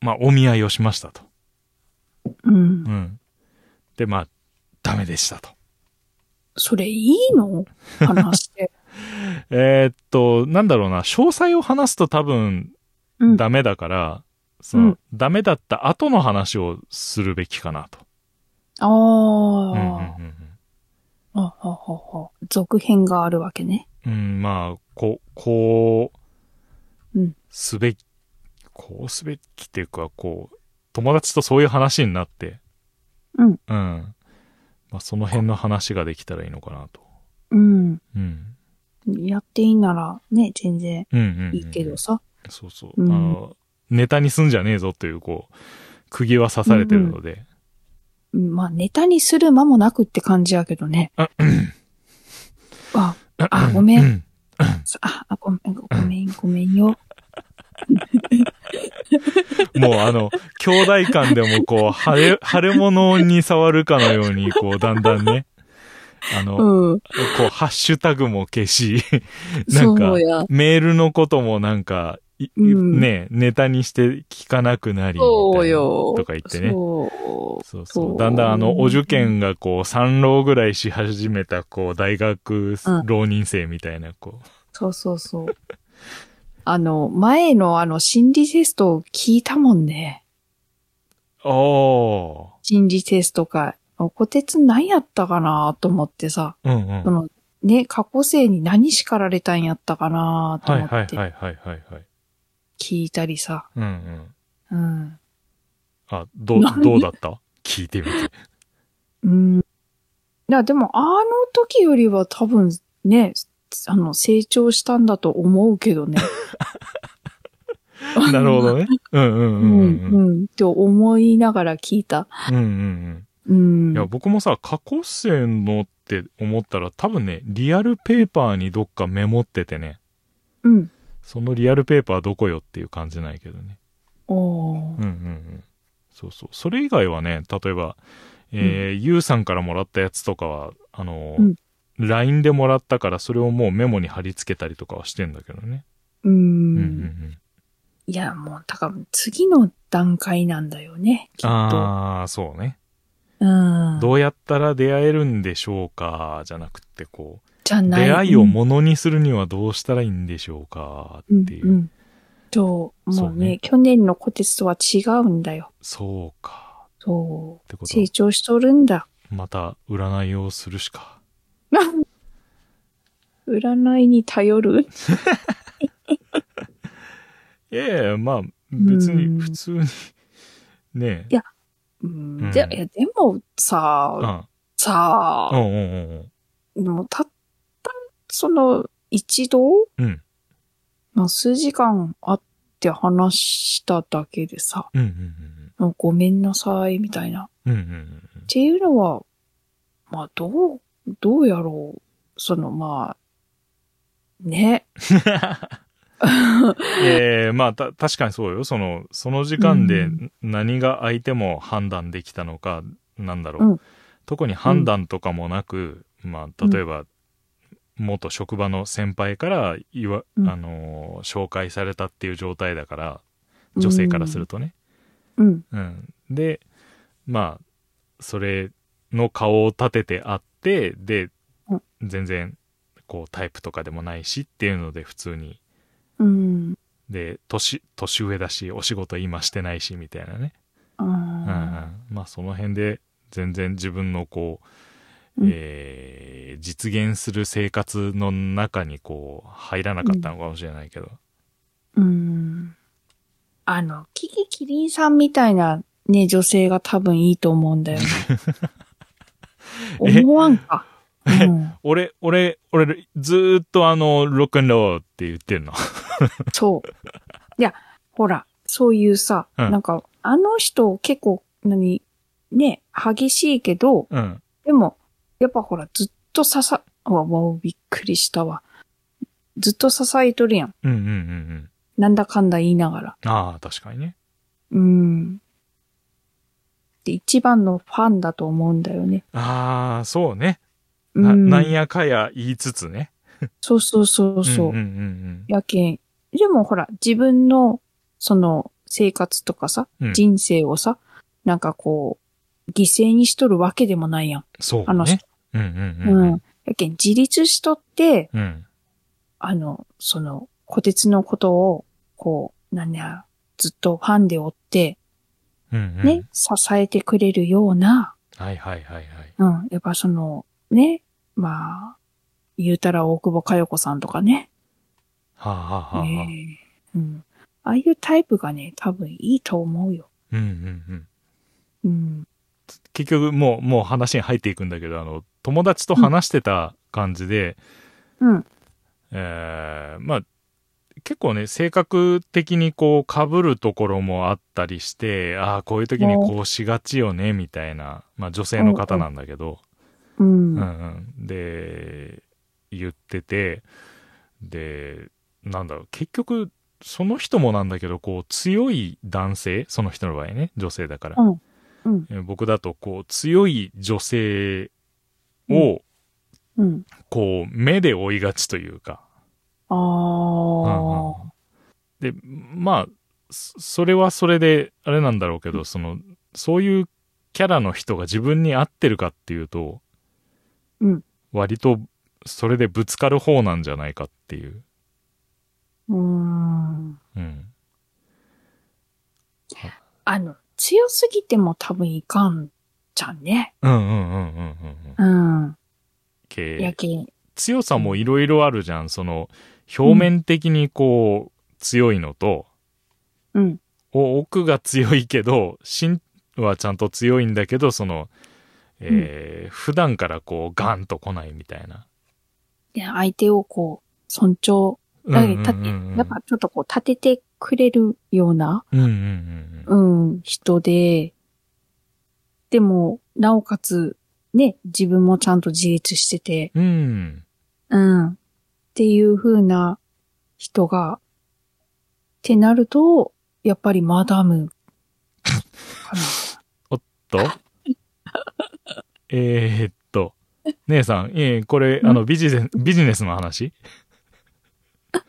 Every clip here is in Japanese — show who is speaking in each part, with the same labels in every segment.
Speaker 1: まあ、お見合いをしましたと。
Speaker 2: う。
Speaker 1: うんん。で、まあ、ダメでしたと。
Speaker 2: それいいの 話して。
Speaker 1: えーっと、なんだろうな、詳細を話すと多分、
Speaker 2: うん。
Speaker 1: ダメだから、そうの
Speaker 2: ん、
Speaker 1: ダメだった後の話をするべきかなと。
Speaker 2: あ
Speaker 1: うんうんうん
Speaker 2: あ。
Speaker 1: うん
Speaker 2: あははは。続編があるわけね。
Speaker 1: うん、まあ、こう、こ
Speaker 2: う、
Speaker 1: うんすべき、こうすべきっていうか、こう、友達とそういう話になって、
Speaker 2: うん。
Speaker 1: うん。まあ、その辺の話ができたらいいのかなと。
Speaker 2: うん。
Speaker 1: うん。
Speaker 2: やっていいなら、ね、全然
Speaker 1: うんうん、うん。
Speaker 2: いいけどさ。
Speaker 1: そうそう。
Speaker 2: うん
Speaker 1: あの、ネタにすんじゃねえぞという、こう、釘は刺されてるので。
Speaker 2: うんまあ、ネタにする間もなくって感じやけどね。
Speaker 1: あ
Speaker 2: あ、 あ、ごめ。
Speaker 1: うんん。
Speaker 2: あ、あごめん、ごめん、ごめんよ。
Speaker 1: もう、あの、兄弟間でも、こう、腫れ、腫れ物に触るかのように、こう、だんだんね、あの、
Speaker 2: うん。
Speaker 1: こう、ハッシュタグも消し、なんか
Speaker 2: そ、うや。
Speaker 1: メールのこともなんか、いい
Speaker 2: うん
Speaker 1: ね、ネタにして聞かなくなり、み
Speaker 2: そ
Speaker 1: た
Speaker 2: う
Speaker 1: いな
Speaker 2: よ。
Speaker 1: とか言ってね。
Speaker 2: そう。
Speaker 1: そうそう。だんだんあの、お受験がこう、三浪ぐらいし始めた、こう、大学
Speaker 2: うん
Speaker 1: 浪人生みたいな、こ
Speaker 2: そうそうそう。あの、前のあの、心理テストを聞いたもんね。
Speaker 1: う。お
Speaker 2: 心理テストか。虎鉄何やったかなと思ってさ。
Speaker 1: ー。うんうん。
Speaker 2: その、ね、過去生に何叱られたんやったかなと
Speaker 1: はい
Speaker 2: 思
Speaker 1: はいは
Speaker 2: っ
Speaker 1: い
Speaker 2: て
Speaker 1: はいはいはい。
Speaker 2: 聞いたりさ。
Speaker 1: うんうん。
Speaker 2: うん。
Speaker 1: あ、どう、
Speaker 2: 何
Speaker 1: どうだった聞いてみて。。
Speaker 2: うん。いや、でも、あの時よりは多分、ね、あの、成長したんだと思うけどね
Speaker 1: なるほどね。うんうん
Speaker 2: う。
Speaker 1: うんんう
Speaker 2: う
Speaker 1: ん。うん
Speaker 2: ん、うん。と思いながら聞いた。
Speaker 1: うんうん。
Speaker 2: う
Speaker 1: い
Speaker 2: ん。
Speaker 1: や、僕もさ、過去生のって思ったら、多分ね、リアルペーパーにどっかメモっててね、
Speaker 2: うん。
Speaker 1: そのリアルペーパーどこよっていう感じないけどね。
Speaker 2: おー
Speaker 1: うんうんうん。そうそう。それ以外はね、例えば、えーゆうさんからもらったやつとかは、あの
Speaker 2: うん
Speaker 1: LINE でもらったから、それをもうメモに貼り付けたりとかはしてんだけどね。
Speaker 2: う。
Speaker 1: うんんうんうん。
Speaker 2: いや、もう、だから、次の段階なんだよね、きっと。
Speaker 1: ああ、そうね。
Speaker 2: うん。
Speaker 1: どうやったら出会えるんでしょうか、じゃなくって、こう、
Speaker 2: じゃない。
Speaker 1: 出会いをものにするにはどうしたらいいんでしょうか、っていう。
Speaker 2: うんうん。そう、
Speaker 1: そ
Speaker 2: も
Speaker 1: う
Speaker 2: う
Speaker 1: ね
Speaker 2: ね、去年のコテスとは違うんだよ。
Speaker 1: そうか。
Speaker 2: そ
Speaker 1: ってこと
Speaker 2: う。
Speaker 1: は
Speaker 2: 成長しとるんだ。
Speaker 1: また占いをするしか。
Speaker 2: 占いに頼る
Speaker 1: ええまあ、別
Speaker 2: うん
Speaker 1: に普通に。ねえ。
Speaker 2: う
Speaker 1: うんん。
Speaker 2: で、いやでもさ、
Speaker 1: あ
Speaker 2: さ
Speaker 1: う、んうんうん
Speaker 2: もうたった、その、一度、
Speaker 1: うん。うん。
Speaker 2: まあ、数時間会って話しただけでさ、
Speaker 1: うんうん
Speaker 2: もうごめんなさい、みたいな。
Speaker 1: うんうん。うんうんうんうん
Speaker 2: っていうのは、まあ、どう、どうやろう。その、まあ、ね。
Speaker 1: ええまあ、た、確かにそうよ。その、その時間で
Speaker 2: うん
Speaker 1: 何が相手も判断できたのか、なんだろう。
Speaker 2: うん
Speaker 1: 特に判断とかもなく、まあ、例えば、元職場の先輩からいわ、
Speaker 2: うん
Speaker 1: あのー紹介されたっていう状態だから、女性からするとね。
Speaker 2: うん。
Speaker 1: うん、でまあそれの顔を立ててあってで
Speaker 2: うん
Speaker 1: 全然こうタイプとかでもないしっていうので普通に
Speaker 2: うん。
Speaker 1: で年年上だしお仕事今してないしみたいなね、
Speaker 2: う
Speaker 1: うんう
Speaker 2: ん
Speaker 1: んまあその辺で全然自分のこう、
Speaker 2: うん
Speaker 1: えー実現する生活の中にこう入らなかったのかもしれないけど、
Speaker 2: うん。あの、キキキリンさんみたいなね、女性が多分いいと思うんだよね。
Speaker 1: え
Speaker 2: 思わんか。うん、
Speaker 1: 俺俺俺ずーっとあのロックンロールって言ってるの
Speaker 2: そう。いや、ほら、そういうさ、
Speaker 1: うん
Speaker 2: なんか、あの人結構、何、ね、激しいけど、
Speaker 1: うん
Speaker 2: でも、やっぱほら、ずっと刺さ、うわ、わ、びっくりしたわ。ずっと支えとるやん。
Speaker 1: うんうんうんうん。
Speaker 2: なんだかんだ言いながら。
Speaker 1: ああ、確かにね。
Speaker 2: うん。で、一番のファンだと思うんだよね。
Speaker 1: ああ、そうね。
Speaker 2: う
Speaker 1: な、
Speaker 2: ん。
Speaker 1: なんやかや言いつつね。
Speaker 2: そうそうそうそう。
Speaker 1: うんうん
Speaker 2: やけん。でもほら、自分の、その、生活とかさ、
Speaker 1: うん
Speaker 2: 人生をさ、なんかこう、犠牲にしとるわけでもないやん。
Speaker 1: そうね。
Speaker 2: あの人
Speaker 1: うんう
Speaker 2: うん。
Speaker 1: うんんうん。
Speaker 2: やけん、自立しとって、
Speaker 1: うん。
Speaker 2: あの、その、小鉄のことを、こう、なんや、ずっとファンで追って、
Speaker 1: うんうん。
Speaker 2: ね、支えてくれるような、
Speaker 1: はいはいはいはい。
Speaker 2: うん、やっぱその、ね、まあ、言うたら大久保佳代子さんとかね、
Speaker 1: はあ、はあはあはあ、
Speaker 2: ねえうん。ああいうタイプがね、多分いいと思うよ。
Speaker 1: うんうんうん。
Speaker 2: うん。
Speaker 1: 結局もう、もう話に入っていくんだけど、あの、友達と話してた感じで、
Speaker 2: うん。
Speaker 1: えーまあ、結構ね、性格的にこう、被るところもあったりして、ああ、こういう時にこうしがちよね、みたいな、まあ女性の方なんだけど、
Speaker 2: う。
Speaker 1: うんんうん。で、言ってて、で、なんだろう、結局、その人もなんだけど、こう、強い男性、その人の場合ね、女性だから。
Speaker 2: うんうん
Speaker 1: えー僕だと、こう、強い女性を、
Speaker 2: うん。
Speaker 1: こう、目で追いがちというか。
Speaker 2: あ
Speaker 1: うんうん
Speaker 2: あ。
Speaker 1: で、まあ、そそれはそれで、あれなんだろうけど、その、そういうキャラの人が自分に合ってるかっていうと、
Speaker 2: うん
Speaker 1: 割と、それでぶつかる方なんじゃないかっていう。
Speaker 2: うーん。
Speaker 1: うん。
Speaker 2: あの、強すぎても多分いかんじゃんね。
Speaker 1: うんうんうんうんうんうん。
Speaker 2: うん。
Speaker 1: け
Speaker 2: やけん。
Speaker 1: 強さもいろいろあるじゃん。その、表面的にこう、強いのと、
Speaker 2: うん。
Speaker 1: お奥が強いけど、芯はちゃんと強いんだけど、その、えー普段からこう、ガンと来ないみたいな。
Speaker 2: で、相手をこう、尊重。だけどた
Speaker 1: うんうんうんうん
Speaker 2: やっぱちょっとこう、立ててくれるような、
Speaker 1: うんうんうんうん。
Speaker 2: うん、人で、でも、なおかつ、ね、自分もちゃんと自立してて、
Speaker 1: うん。
Speaker 2: うん。っていう風な人が、ってなると、やっぱりマ ダムか
Speaker 1: とえーっと、姉さん、えーこれ、あの、ビジネス、ビジネスの話
Speaker 2: な。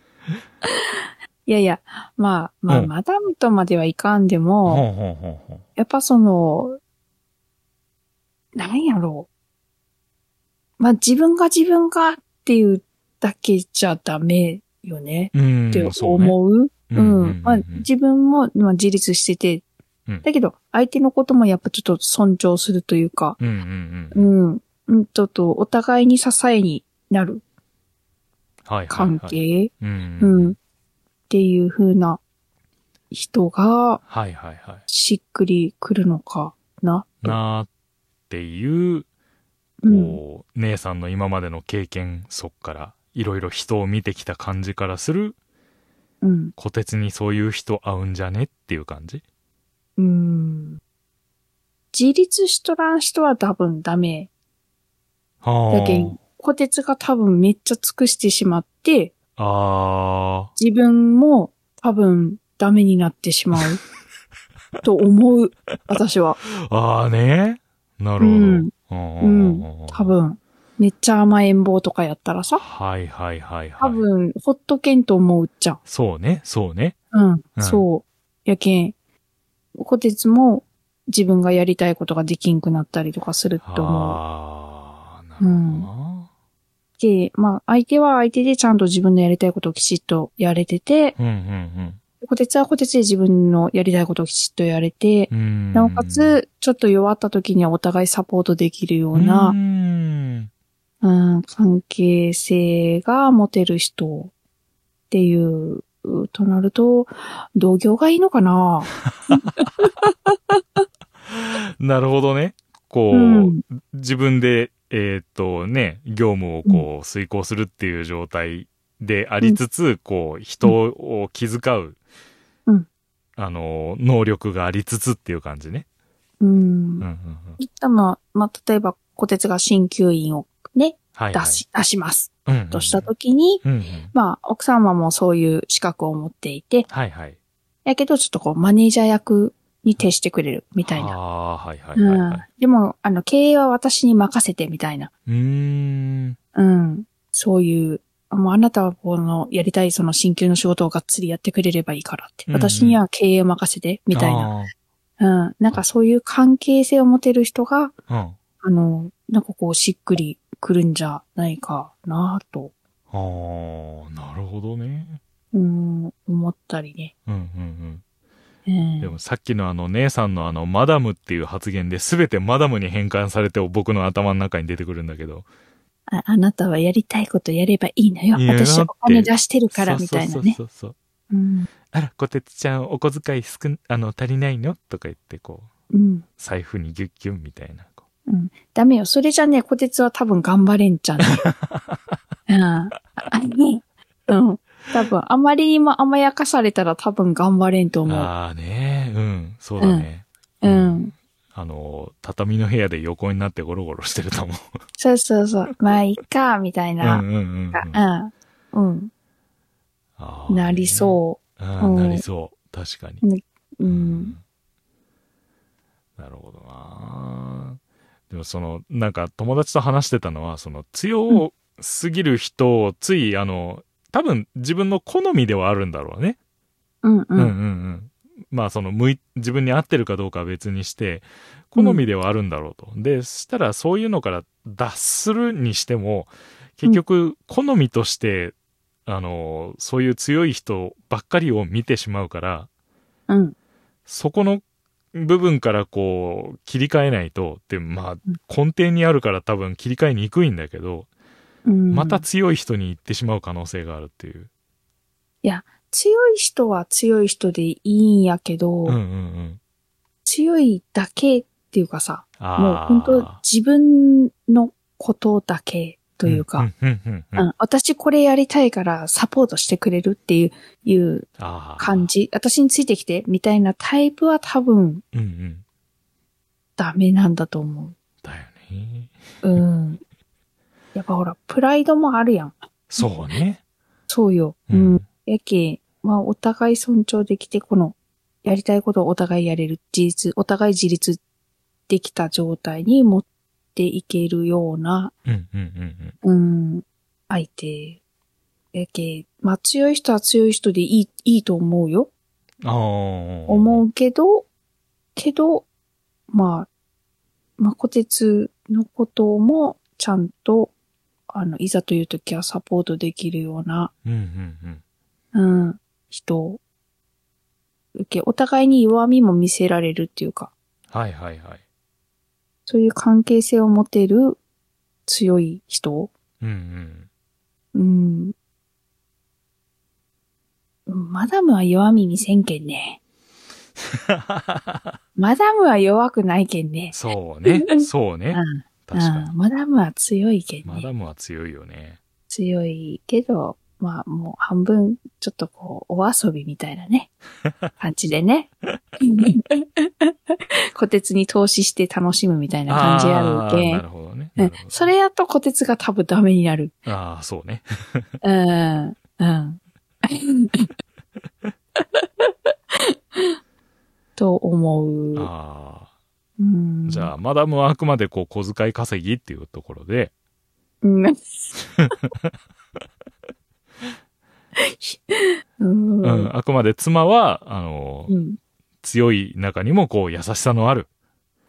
Speaker 2: いやいや、まあ、まあ、
Speaker 1: うん
Speaker 2: マダムとまではいかんで
Speaker 1: ほん
Speaker 2: も、
Speaker 1: ほんほんほん。
Speaker 2: やっぱその、なんやろう。まあ、自分が自分がっていうだけじゃダメよね。
Speaker 1: うん。
Speaker 2: って
Speaker 1: そうね
Speaker 2: 思う。
Speaker 1: う
Speaker 2: うん。まあ、
Speaker 1: ん
Speaker 2: 自分も、まあ、自立してて、
Speaker 1: うん
Speaker 2: だけど、相手のこともやっぱちょっと尊重するというか、
Speaker 1: うんうんう。
Speaker 2: うんん。うんちょっと、お互いに支えになる
Speaker 1: はいはいはい。
Speaker 2: 関係、
Speaker 1: うん。
Speaker 2: うん。っていう風な人が
Speaker 1: はいはいはい。
Speaker 2: しっくりくるのかな。
Speaker 1: なーっていう、
Speaker 2: うん。
Speaker 1: こう、姉さんの今までの経験、そっから、いろいろ人を見てきた感じからする、
Speaker 2: うん。
Speaker 1: 虎鉄にそういう人合うんじゃねっていう感じ
Speaker 2: うん。自立しとらん人は多分ダメ。
Speaker 1: はあ。
Speaker 2: だけん、小鉄が多分めっちゃ尽くしてしまって、
Speaker 1: あー。
Speaker 2: 自分も多分ダメになってしまう。 と思う。私は。
Speaker 1: ああね。なるほど。
Speaker 2: うん
Speaker 1: うんうん
Speaker 2: 多。分。めっちゃ甘えん坊とかやったらさ。
Speaker 1: はいはいはいはい。
Speaker 2: 多分、ほっとけんと思うじゃん。
Speaker 1: そうね、そうね。
Speaker 2: うん。
Speaker 1: うん
Speaker 2: そう。やけん、こてつも自分がやりたいことができんくなったりとかすると思う。
Speaker 1: ああ、なるほどな。
Speaker 2: で、まあ、相手は相手でちゃんと自分のやりたいことをきちっとやれてて、
Speaker 1: うんうん
Speaker 2: こてつはこてつで自分のやりたいことをきちっとやれて、
Speaker 1: うん。うん
Speaker 2: なおか、つ、ちょっと弱った時にはお互いサポートできるよう
Speaker 1: う
Speaker 2: な、
Speaker 1: ん。
Speaker 2: うん、関係性が持てる人っていう、となると、同業がいいのかな
Speaker 1: なるほどね。こう、
Speaker 2: うん
Speaker 1: 自分で、えーっとね、業務をこう、遂行するっていう状態でありつつ、こう、人を気遣う、
Speaker 2: うん
Speaker 1: あの、能力がありつつっていう感じね。
Speaker 2: うん
Speaker 1: うんうんうん。
Speaker 2: たまあ、まあ、例えば、小鉄が鍼灸院をね、
Speaker 1: はい、
Speaker 2: 出
Speaker 1: はい。
Speaker 2: し、出します。
Speaker 1: うんうんうん
Speaker 2: としたときに、
Speaker 1: うんうん。
Speaker 2: まあ、奥様もそういう資格を持っていて、
Speaker 1: はいはい。
Speaker 2: やけど、ちょっとこう、マネージャー役に徹してくれる、みたいな。
Speaker 1: ああ、はいはいはい、
Speaker 2: う
Speaker 1: は
Speaker 2: ん
Speaker 1: い。。
Speaker 2: でも、あの、経営は私に任せて、みたいな。
Speaker 1: うーん。
Speaker 2: うん。そういう、あもうあなたはこのやりたいその進級の仕事をがっつりやってくれればいいからって。
Speaker 1: うんうん
Speaker 2: 私には経営任せて、みたいな。
Speaker 1: な。
Speaker 2: うん。なんかそういう関係性を持てる人が、
Speaker 1: あーうん。
Speaker 2: あの、なんかこうしっくりくるんじゃないかなと、
Speaker 1: あーなるほどね。
Speaker 2: うん、思ったりね。
Speaker 1: うんうんう
Speaker 2: う
Speaker 1: ん。
Speaker 2: ん
Speaker 1: でもさっきのあの姉さんのあのマダムっていう発言で全てマダムに変換されて僕の頭の中に出てくるんだけど。
Speaker 2: ああなたはやりたいことやればいいのよ。
Speaker 1: いや
Speaker 2: 私
Speaker 1: だ
Speaker 2: は
Speaker 1: って
Speaker 2: お金出してるからみたい
Speaker 1: そうそ
Speaker 2: な
Speaker 1: う
Speaker 2: ね。
Speaker 1: そうそう。
Speaker 2: うん。
Speaker 1: あら、こてつちゃんお小遣い少ん、あの、足りないのとか言ってこう、
Speaker 2: うん。
Speaker 1: 財布にギュッギュンみたいな。こう
Speaker 2: ダメよ。それじゃね、こてつは多分頑張れんじゃんね。 うんあ。うん。多分、あまりにも甘やかされたら多分頑張れんと思う。
Speaker 1: ああね、うん、そうだね。
Speaker 2: うん。
Speaker 1: あの、畳の部屋で横になってゴロゴロしてると思う。
Speaker 2: そうそうそう。まあ、いいか、みたい
Speaker 1: うん
Speaker 2: な。
Speaker 1: うんうん
Speaker 2: うん。うん。
Speaker 1: うん。。
Speaker 2: なりそううん
Speaker 1: ん、なりそう。確かに。
Speaker 2: う。うん。。
Speaker 1: なるほどなでもその、なんか友達と話してたのは、その強すぎる人をつい、あの、多分自分の好みではあるんだろうね。
Speaker 2: うん。う
Speaker 1: うんうんう
Speaker 2: ん。
Speaker 1: ん。まあその向い、自分に合ってるかどうかは別にして、好みではあるんだろうと。で、そしたらそういうのから脱するにしても、結局、好みとして、あの、そういう強い人ばっかりを見てしまうから、
Speaker 2: うん。
Speaker 1: そこの部分からこう、切り替えないと、って、まあ、根底にあるから多分切り替えにくいんだけど、
Speaker 2: うん。
Speaker 1: また強い人に行ってしまう可能性があるっていう。
Speaker 2: 強い人は強い人でいいんやけど、
Speaker 1: うんうんうん。
Speaker 2: 強いだけっていうかさ、もう
Speaker 1: ああ。
Speaker 2: 本当自分のことだけというか、
Speaker 1: ん。うんうんうん
Speaker 2: う
Speaker 1: うん
Speaker 2: ん、私これやりたいからサポートしてくれるっていう、いう
Speaker 1: ああ
Speaker 2: 感。じ、私についてきてみたいなタイプは多分
Speaker 1: うんうん。
Speaker 2: ダメなんだと思
Speaker 1: だよね。
Speaker 2: う。うん。やっぱほら、プライドもあるやん。
Speaker 1: そうね。
Speaker 2: そうよ。
Speaker 1: う
Speaker 2: うん。
Speaker 1: ん。
Speaker 2: やけ、まあお互い尊重できて、この、やりたいことをお互いやれる、自立、お互い自立できた状態に持っていけるような
Speaker 1: うんうんうん
Speaker 2: うん、相手。やけ、まあ強い人は強い人でいい、いいと思うよ。
Speaker 1: うん。ああ。思
Speaker 2: 思うけど、けど、まあ、まあ、小鉄のこともちゃんと、あの、いざという時はサポートできるような、
Speaker 1: うん。うんうん
Speaker 2: うん、人。受け、お互いに弱みも見せられるっていうか、
Speaker 1: うん。はいはいはい。
Speaker 2: そういう関係性を持てる強い人。
Speaker 1: うんうん。
Speaker 2: うん。マダムは弱み見せんけんね。マダムは弱くないけんね。
Speaker 1: そうね。そうね
Speaker 2: うん。
Speaker 1: 確か
Speaker 2: う
Speaker 1: に。
Speaker 2: ん。マダムは強いけんね。
Speaker 1: マダムは強いよね。
Speaker 2: 強いけど、まあもう半分、ちょっとこう、お遊びみたいな ね。感じでね。小鉄に投資して楽しむみたいな感じやる
Speaker 1: あー
Speaker 2: け。
Speaker 1: なんるほどね。
Speaker 2: う
Speaker 1: なんるほど
Speaker 2: それやと小鉄が多分ダメになる。
Speaker 1: ああ、そうね。
Speaker 2: うん。 うん。 と思う。
Speaker 1: あ
Speaker 2: うん、
Speaker 1: あ。じゃあ、マダムはあくまでこう、小遣い稼ぎっていうところで、
Speaker 2: うん。うん。
Speaker 1: う、
Speaker 2: うんん。
Speaker 1: あくまで妻は、あの、
Speaker 2: うん。
Speaker 1: 強い中にもこう、優しさのある。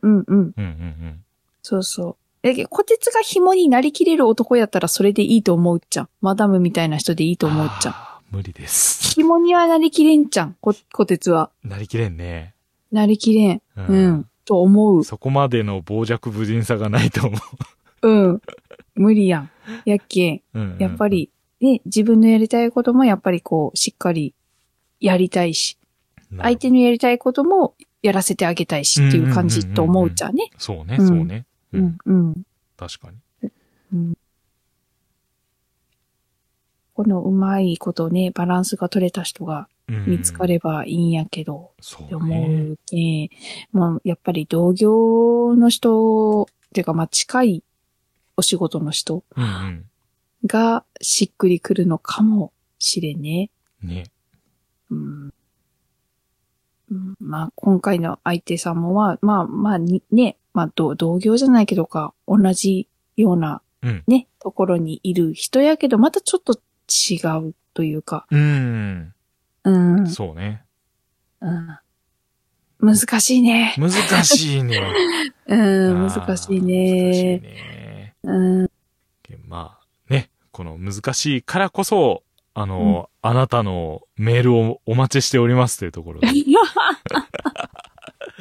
Speaker 2: うん。
Speaker 1: うんうん
Speaker 2: そうそう。え、こてつが紐になりきれる男やったらそれでいいと思うじゃん。マダムみたいな人でいい
Speaker 1: うん。
Speaker 2: と思うじゃん。
Speaker 1: あー無理です。
Speaker 2: 紐にはなりきれんじゃん。こ、こてつは。
Speaker 1: なりきれんね。
Speaker 2: なりきれん。うん。と思う。
Speaker 1: そこまでの傍若無人さがないと思
Speaker 2: うん。無理やん。やっけん。
Speaker 1: う。うんうん
Speaker 2: やっぱ。り、ね、自分のやりたいこともやっぱりこう、しっかりやりたいし、
Speaker 1: なる
Speaker 2: 相手のやりたいこともやらせてあげたいしっていう感じと思うじゃんね。
Speaker 1: そうね、
Speaker 2: うん
Speaker 1: そうね。
Speaker 2: う
Speaker 1: うんん、
Speaker 2: うん。
Speaker 1: 確かに。
Speaker 2: このうまいことね、バランスが取れた人が
Speaker 1: うん
Speaker 2: 見つかればいいんやけど、
Speaker 1: そ
Speaker 2: って
Speaker 1: う
Speaker 2: 思
Speaker 1: ね。
Speaker 2: うけ、まあ、やっぱり同業の人、っていうかまあ近いお仕事の人
Speaker 1: うんうん。
Speaker 2: がしっくりくるのかもしれんね。
Speaker 1: ね。
Speaker 2: うんうんまあ、今回の相手さんもは、まあまあに、ね、まあ同、同業じゃないけどか、同じような
Speaker 1: うん、
Speaker 2: ね、ところにいる人やけど、またちょっと違うというか、
Speaker 1: うん。
Speaker 2: うん、
Speaker 1: そうね。
Speaker 2: うん、難しいね。
Speaker 1: 難しいね。
Speaker 2: うん、
Speaker 1: あー
Speaker 2: 難し い
Speaker 1: 難しい
Speaker 2: ね。
Speaker 1: ね。
Speaker 2: うん、
Speaker 1: まあ、ね、この難しいからこそ、あの、あなたのメールをお待ちしておりますというところで。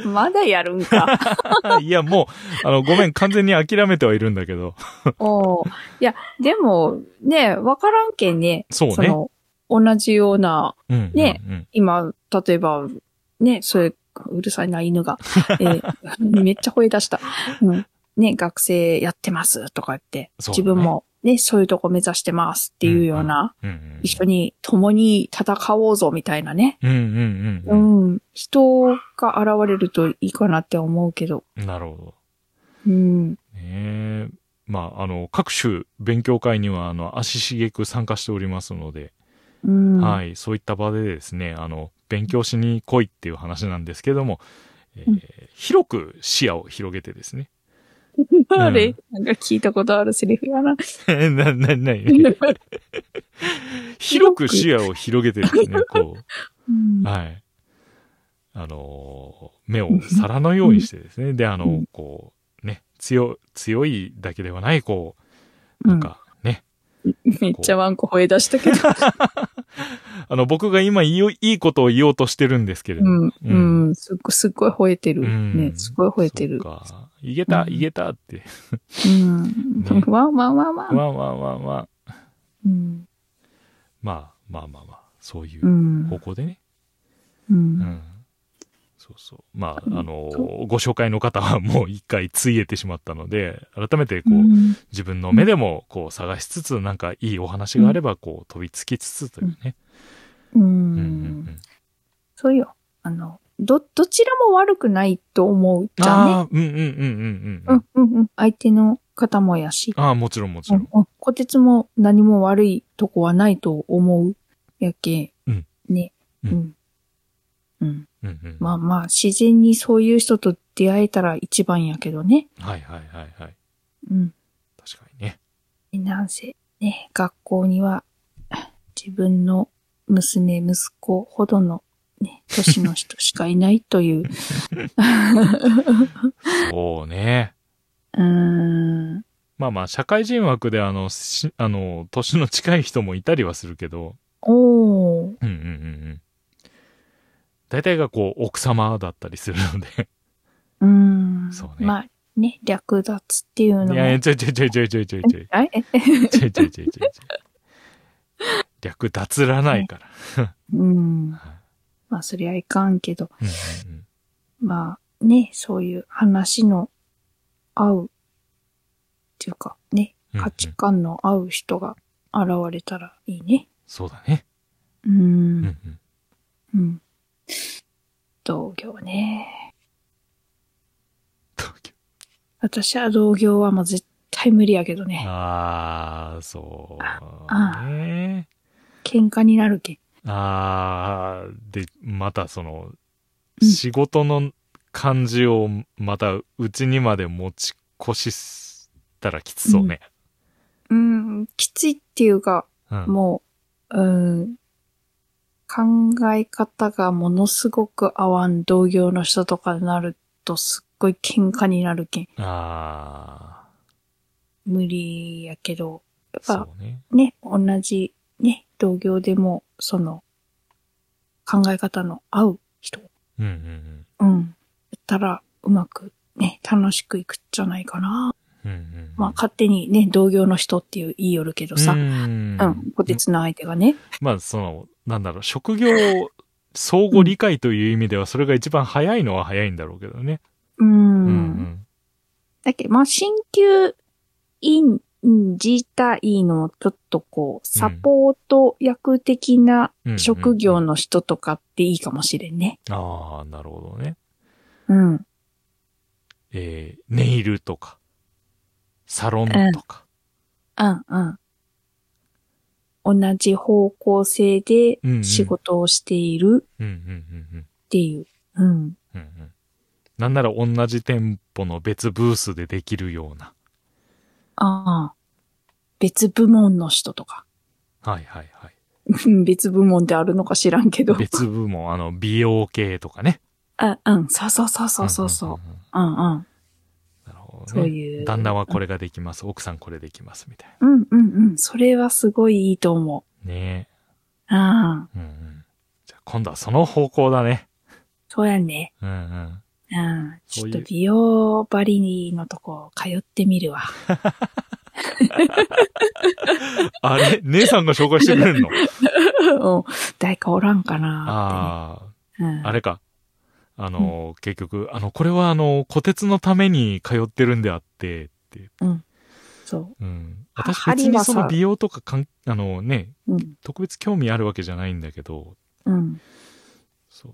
Speaker 2: まだやる んか。
Speaker 1: いや、もう、あの、ごめん、完全に諦めてはいるんだけ ど。
Speaker 2: おういや、でも、ね、わからんけんね。
Speaker 1: そうね。
Speaker 2: の、同じような、
Speaker 1: うんうんうん、
Speaker 2: ね今、例えば、ね、そういう、うるさいな犬が、えー めっちゃ吠え出した。うん、ね、学生やってますとか言って、
Speaker 1: そうね
Speaker 2: 自分も、ね、そういうとこ目指してますっていうような、
Speaker 1: うんうん。
Speaker 2: 一緒に共に戦おうぞみたいなね。
Speaker 1: うんうんう
Speaker 2: うんん、人が現れるといいかなって思うけど。
Speaker 1: うん。なるほど。
Speaker 2: うん。
Speaker 1: ねえ。まあ、あの、各種勉強会には、あの、足しげく参加しておりますので、
Speaker 2: うん。
Speaker 1: はい、そういった場でですね、あの、勉強しに来いっていう話なんですけども、えー
Speaker 2: うん
Speaker 1: 広く視野を広げてですね。
Speaker 2: あれなんか聞いたことあるセリフやな。
Speaker 1: な、な、な、広く視野を広げてですね、こ
Speaker 2: うん
Speaker 1: う、はい。あのー目を皿のようにしてですね、で、あ
Speaker 2: う
Speaker 1: の
Speaker 2: ん、
Speaker 1: こう、ね、強、強いだけではない、こう、なんか、ね、
Speaker 2: うんめっちゃワンコ吠え出したけど。
Speaker 1: あの、僕が今いい、いいことを言おうとしてるんですけれど。
Speaker 2: うん、
Speaker 1: う
Speaker 2: うん、すっごい、すっごい吠えてる。
Speaker 1: うん
Speaker 2: ね、すごい吠えてる
Speaker 1: そ。うか。いけた、
Speaker 2: うん
Speaker 1: いけたって。
Speaker 2: うん。
Speaker 1: ね
Speaker 2: ワンワンワンワン。
Speaker 1: わんわんわんわん。
Speaker 2: うん。
Speaker 1: まあ、まあまあまあ、そういううん方。向でね。
Speaker 2: う。
Speaker 1: うんん。そうそう。まあ、
Speaker 2: うん
Speaker 1: あの
Speaker 2: そ
Speaker 1: ご紹介の方はもう一回ついえてしまったので、改めてこ
Speaker 2: う
Speaker 1: う、
Speaker 2: ん
Speaker 1: 自分の目でもこう探しつつ、なんかいいお話があれば、こう飛びつきつつというね。
Speaker 2: う。
Speaker 1: うんうんん
Speaker 2: そうよ。あの、ど、どちらも悪くないと思う
Speaker 1: うん。
Speaker 2: じゃんね。
Speaker 1: ああ、うんうんうんう
Speaker 2: うん
Speaker 1: うん
Speaker 2: ん。、うん、うん。相手の方もやし。
Speaker 1: ああ、もちろんもちろ
Speaker 2: うん
Speaker 1: ん。、
Speaker 2: うん。こてつも何も悪いとこはないと思う。やけ。
Speaker 1: うん。
Speaker 2: ね。
Speaker 1: う
Speaker 2: うんん。うん。
Speaker 1: うんうん。
Speaker 2: まあまあ、自然にそういう人と出会えたら一番やけどね。
Speaker 1: はいはいはいはい。
Speaker 2: うん。
Speaker 1: 確かにね。
Speaker 2: なんせ、ね、学校には、自分の娘、息子ほどの、ね、年の人しかいないと いう、
Speaker 1: そうね。
Speaker 2: うーん、
Speaker 1: まあまあ、社会人枠であの、しあの、年の近い人もいたりはするけど、う
Speaker 2: おー、
Speaker 1: んうんうんうん。大体がこう、奥様だったりするので。
Speaker 2: うーん、
Speaker 1: そうね
Speaker 2: まあ、ね、略奪っていうのも。
Speaker 1: いやいや、ちょいちょいちょいちょいちょいちょいちょい。
Speaker 2: あえ
Speaker 1: ちょいちょい ちょいちょいちょい。略脱らないから。
Speaker 2: うん。
Speaker 1: はい
Speaker 2: まあ、そりゃいかんけど、
Speaker 1: うんうんうん
Speaker 2: まあ、ね、そういう話の合う、っていうか、ね、
Speaker 1: うんうん
Speaker 2: 価値観の合う人が現れたらいいね。
Speaker 1: そうだね。
Speaker 2: うー
Speaker 1: うん
Speaker 2: ん
Speaker 1: うん。
Speaker 2: うん。同業ね。
Speaker 1: 東京
Speaker 2: 私は同業はもう絶対無理やけどね。
Speaker 1: あー、そう
Speaker 2: あ
Speaker 1: ね。
Speaker 2: 喧嘩になるけん。
Speaker 1: あー、で、またその、
Speaker 2: うん
Speaker 1: 仕事の感じをまたうちにまで持ち越したらきつそうね。
Speaker 2: うん、きついっていうか、
Speaker 1: うん。
Speaker 2: もう、うん、考え方がものすごく合わん同業の人とかになるとすっごい喧嘩になるけん。
Speaker 1: あ
Speaker 2: 無理やけど、や
Speaker 1: あ、
Speaker 2: っぱ
Speaker 1: そうね。
Speaker 2: ね、同じね、同業でも、その、考え方の合う人
Speaker 1: うんうん
Speaker 2: うん。やったら、うまくね、楽しくいくんじゃないかな。
Speaker 1: うん。うんうんうん、
Speaker 2: まあ、勝手にね、同業の人っていう言いよるけどさ。
Speaker 1: う
Speaker 2: うん。
Speaker 1: ん
Speaker 2: こてつの相手がね。
Speaker 1: まあ、その、なんだろう、職業相互理解という意味では、それが一番早いのは早いんだろうけどね。
Speaker 2: うん。
Speaker 1: うんうん。
Speaker 2: だけど、まあ、新旧院自体のちょっとこう、サポート役的な
Speaker 1: うんうん
Speaker 2: 職業の人とかっていいかもしれんね。
Speaker 1: ああ、なるほどね。
Speaker 2: うん。
Speaker 1: えー、ネイルとか、サロンとか。
Speaker 2: うん、うん。同じ方向性で
Speaker 1: うんうん
Speaker 2: 仕事をしている
Speaker 1: うんうんうんうん。
Speaker 2: っていう。うん。
Speaker 1: うんうん。なんなら同じ店舗の別ブースでできるような。
Speaker 2: ああ。別部門の人とか。
Speaker 1: はいはいはい。
Speaker 2: うん別部門であるのか知らんけど。
Speaker 1: 別部門、あの、美容系とかね。
Speaker 2: あ、うん、そうそうそうそうそうそう。
Speaker 1: んんんん
Speaker 2: うんうん。
Speaker 1: なるほど
Speaker 2: そう
Speaker 1: ね。
Speaker 2: いう。
Speaker 1: 旦那はこれができます。奥さんこれできます。みたい
Speaker 2: うんうんうん。それはすごいいいと思
Speaker 1: な。ね
Speaker 2: う。うん。
Speaker 1: え。うんうん。じゃあ今度はその方向だね。
Speaker 2: そうやね。
Speaker 1: うんうん。
Speaker 2: うん。ち
Speaker 1: そ
Speaker 2: ょ
Speaker 1: う
Speaker 2: っ
Speaker 1: いう
Speaker 2: と美容バリのとこ通ってみるわ。
Speaker 1: あれ姉さんが紹介してく れるの
Speaker 2: うん誰かおらんかな
Speaker 1: あ
Speaker 2: ってね。うん
Speaker 1: あ、あれか。あの、結局、あの、これはあの、虎鉄のために通ってるんであって、って。
Speaker 2: そ
Speaker 1: うん。
Speaker 2: は
Speaker 1: 私
Speaker 2: 針
Speaker 1: 別
Speaker 2: は
Speaker 1: にそ
Speaker 2: さ
Speaker 1: の美容とかかん、あのね、
Speaker 2: う。うん。
Speaker 1: 特別興味あるわけじゃないんだけど、
Speaker 2: うん。
Speaker 1: そう。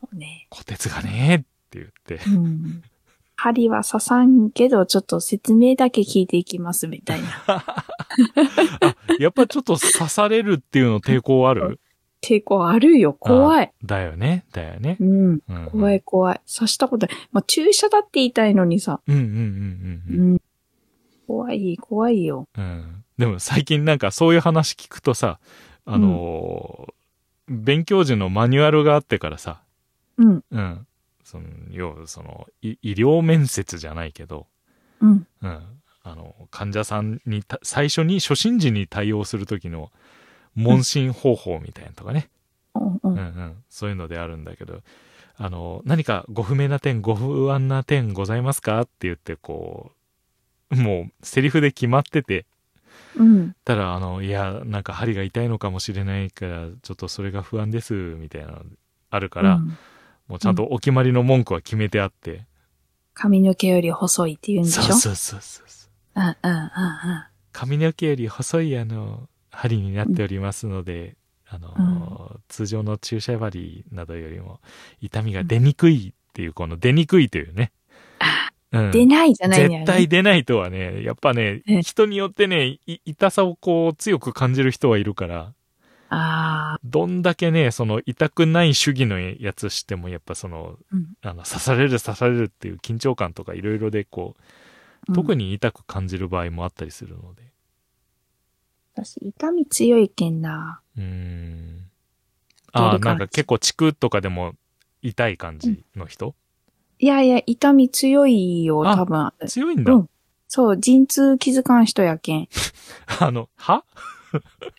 Speaker 2: そうね。
Speaker 1: 虎鉄がね、って言 って。
Speaker 2: うん。針は刺さんけど、ちょっと説明だけ聞いていきますみたいな。
Speaker 1: やっぱちょっと刺されるっていうの抵抗ある
Speaker 2: 抵抗あるよ。怖い。
Speaker 1: だよね。だよね。
Speaker 2: うん。
Speaker 1: うん、
Speaker 2: 怖い。怖い。刺したことない。まあ、注射だって言いたいのにさ。
Speaker 1: うんうん
Speaker 2: う
Speaker 1: うんうん
Speaker 2: ん。怖い、怖いよ。
Speaker 1: うん。うん。でも最近なんかそういう話聞くとさ、あのー勉強時のマニュアルがあってからさ、
Speaker 2: うん。
Speaker 1: うん。その、要はその、い医療面接じゃないけど、
Speaker 2: うん。
Speaker 1: うん。あの、患者さんにた、最初に初診時に対応する時の問診方法みたいなのとかね。
Speaker 2: うん。う。
Speaker 1: うんうんん、そういうのであるんだけど、あの、何かご不明な点、ご不安な点ございますかって言って、こう、もう、セリフで決まってて、
Speaker 2: うん。
Speaker 1: たら、あの、いや、なんか針が痛いのかもしれないから、ちょっとそれが不安です、みたいなのあるから、
Speaker 2: うん
Speaker 1: もうちゃんとお決まりの文句は決めてあって。
Speaker 2: 髪の毛より細いって言うんで
Speaker 1: そ
Speaker 2: し
Speaker 1: う
Speaker 2: ょ
Speaker 1: そうそうそう。
Speaker 2: うんうんうんうん。
Speaker 1: 髪の毛より細いあの針になっておりますので、あの、通常の注射針などよりも痛みが出にくいっていう、この出にくいというね。うん、
Speaker 2: 出ないじゃないんだよ
Speaker 1: 絶
Speaker 2: ね。
Speaker 1: 対出ないとはね、やっぱね
Speaker 2: ええ、
Speaker 1: 人によってね、い痛さをこう強く感じる人はいるから、
Speaker 2: ああ。
Speaker 1: どんだけね、その痛くない主義のやつしても、やっぱその、
Speaker 2: うん
Speaker 1: あの刺される刺されるっていう緊張感とかいろいろでこう、特
Speaker 2: に。
Speaker 1: に痛く感じる場合もあったりするので。
Speaker 2: 私、痛み強いけんな。
Speaker 1: うーん。あ
Speaker 2: ど
Speaker 1: あ、
Speaker 2: れか
Speaker 1: なんか結構地区とかでも痛い感じの人、
Speaker 2: いやいや、痛み強いよ、
Speaker 1: あ
Speaker 2: 多分。
Speaker 1: 強いんだ。
Speaker 2: うん。そう、陣痛気づかん人やけん。
Speaker 1: あの、は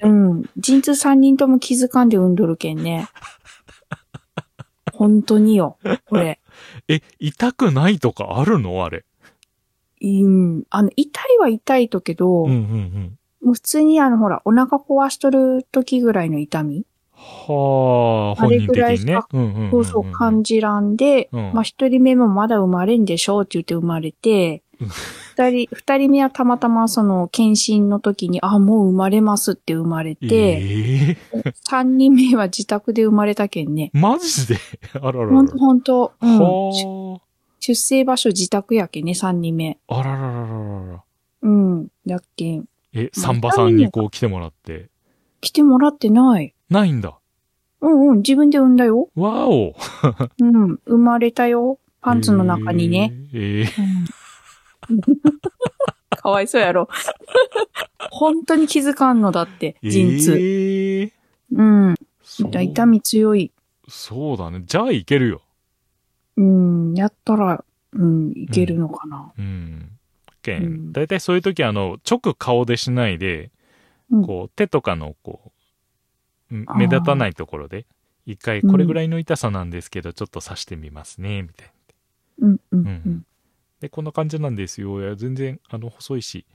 Speaker 2: うん。陣痛3人とも気づかんで産んどるけんね。本当によ、これ。
Speaker 1: え、痛くないとかあるのあれ。
Speaker 2: うん。あの、痛いは痛いとけど、
Speaker 1: うんう
Speaker 2: も
Speaker 1: んうん。
Speaker 2: う普通にあの、ほら、お腹壊しとる時ぐらいの痛み、
Speaker 1: はあ、
Speaker 2: あ
Speaker 1: 本
Speaker 2: れ
Speaker 1: 人
Speaker 2: ぐらい
Speaker 1: 的
Speaker 2: し
Speaker 1: にね
Speaker 2: か。
Speaker 1: うんうんんん
Speaker 2: そうそう感じらんで、
Speaker 1: うん
Speaker 2: まあ、一人目もまだ生まれんでしょうって言って生まれて、
Speaker 1: うん
Speaker 2: 二人、二人目はたまたまその、検診の時に、あ、もう生まれますって生まれて、
Speaker 1: ええ
Speaker 2: 三人目は自宅で生まれたけんね。
Speaker 1: マジであららら。
Speaker 2: ほんとほんと、うん出
Speaker 1: は
Speaker 2: 出生場所自宅やけんね、三人目。
Speaker 1: あ。あらららららら。
Speaker 2: うん。だっけん。
Speaker 1: え、サンバさんにこう来てもらって。
Speaker 2: 来てもらってない。
Speaker 1: ないんだ。
Speaker 2: うんうん、自分で産んだよ。
Speaker 1: わお。
Speaker 2: うん、生まれたよ。パンツの中にね。
Speaker 1: えー。えー
Speaker 2: うんかわいそうやろ。 本当に気づかんのだって、陣
Speaker 1: え
Speaker 2: 痛。
Speaker 1: ー
Speaker 2: うん。
Speaker 1: そう
Speaker 2: 痛み強い。
Speaker 1: そうだね。じゃあいけるよ。
Speaker 2: うん、やったら、うん、いけるのかな。
Speaker 1: うん。
Speaker 2: う
Speaker 1: け
Speaker 2: ん
Speaker 1: ん、大体そういう時あの、直顔でしないで、
Speaker 2: うん
Speaker 1: こう、手とかの、こう、うん
Speaker 2: あー
Speaker 1: 目立たないところで、一回これぐらいの痛さなんですけど、ちょっと刺してみますね、みたいな。
Speaker 2: うん、うん、う
Speaker 1: うんん。で、こんな感じなんですよ。いや全然、あの、細いし、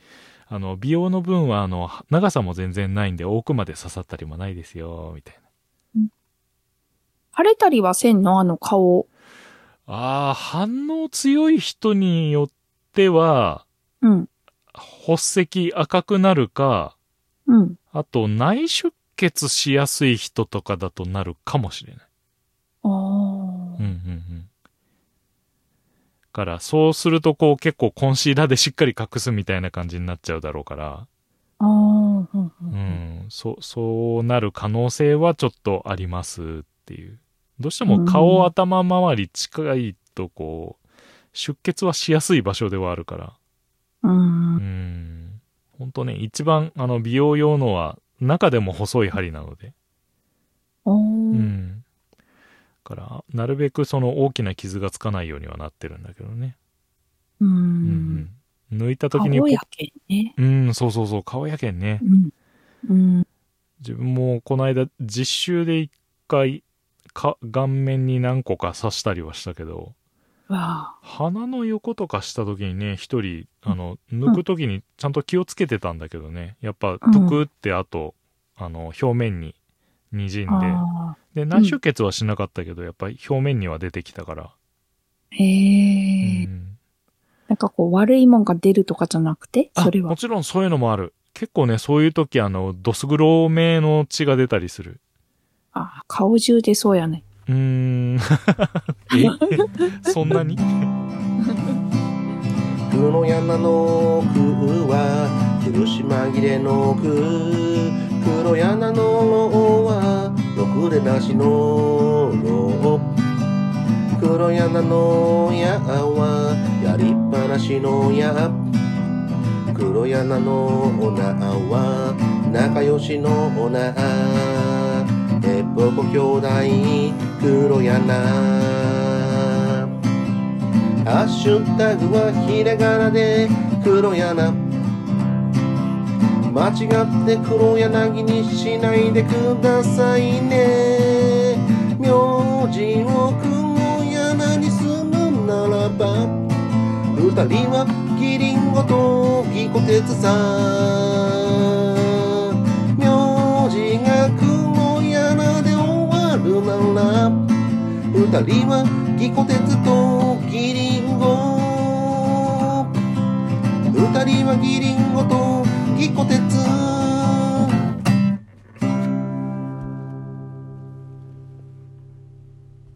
Speaker 1: あの、美容の分は、あの、長さも全然ないんで、奥まで刺さったりもないですよ、みたいな。
Speaker 2: 腫れたりはせんのあの顔。
Speaker 1: あー反応強い人によっては、
Speaker 2: うん、
Speaker 1: 発石赤くなるか、
Speaker 2: うん。
Speaker 1: あと、内出血しやすい人とかだとなるかもしれない。
Speaker 2: あ
Speaker 1: うんうんうん。から、そうすると、こう、結構コンシーラーでしっかり隠すみたいな感じになっちゃうだろうから、
Speaker 2: あ、ああ、うん、うんう。
Speaker 1: うんん、そ、そうなる可能性はちょっとありますっていう。どうしても顔、
Speaker 2: うん
Speaker 1: 頭周り近いと、こう、出血はしやすい場所ではあるから、
Speaker 2: う、
Speaker 1: うんん、本んとね、一番、あの、美容用のは、中でも細い針なので。
Speaker 2: お
Speaker 1: う
Speaker 2: ー
Speaker 1: ん。だから、なるべくその大きな傷がつかないようにはなってるんだけどね。
Speaker 2: う。
Speaker 1: うんうん抜いた時に
Speaker 2: 青
Speaker 1: こ
Speaker 2: やけにね。
Speaker 1: う、うん、そうそうそう、顔やけんね。
Speaker 2: うん。うん。
Speaker 1: 自分もこの間実習で一回か顔面に何個か刺したりはしたけど
Speaker 2: わあ。
Speaker 1: 鼻の横とかした時にね一人あの抜く時にちゃんと気をつけてたんだけどねやっぱ
Speaker 2: うん
Speaker 1: ぷくってあと、あの表面ににじんで
Speaker 2: ああ。
Speaker 1: で内出血はしなかったけどやっぱり表面には出てきたから、
Speaker 2: へ
Speaker 1: う
Speaker 2: え。
Speaker 1: ん、
Speaker 2: なんかこう、悪いもんが出るとかじゃなくて、
Speaker 1: あ
Speaker 2: それは
Speaker 1: も。ちろんそういうのもある結構ねそういう時あのドス黒目の血が出たりする
Speaker 2: あ顔中でそうやね。
Speaker 1: うーん え そんなに
Speaker 3: 「黒の柳の空は苦し紛れの空」「黒柳の王はろくれなしの牢」「黒柳の矢はやりっぱなしの矢」「黒柳の女は仲良しの女」「鉄砲子兄弟黒柳」ハッシュタグはひらがなで黒柳間違って黒柳にしないでくださいね名字を黒柳にするならば二人はキリンゴとギコテツさ名字が黒柳で終わるなら二人はギコ鉄とギリンゴ二人はギリンゴと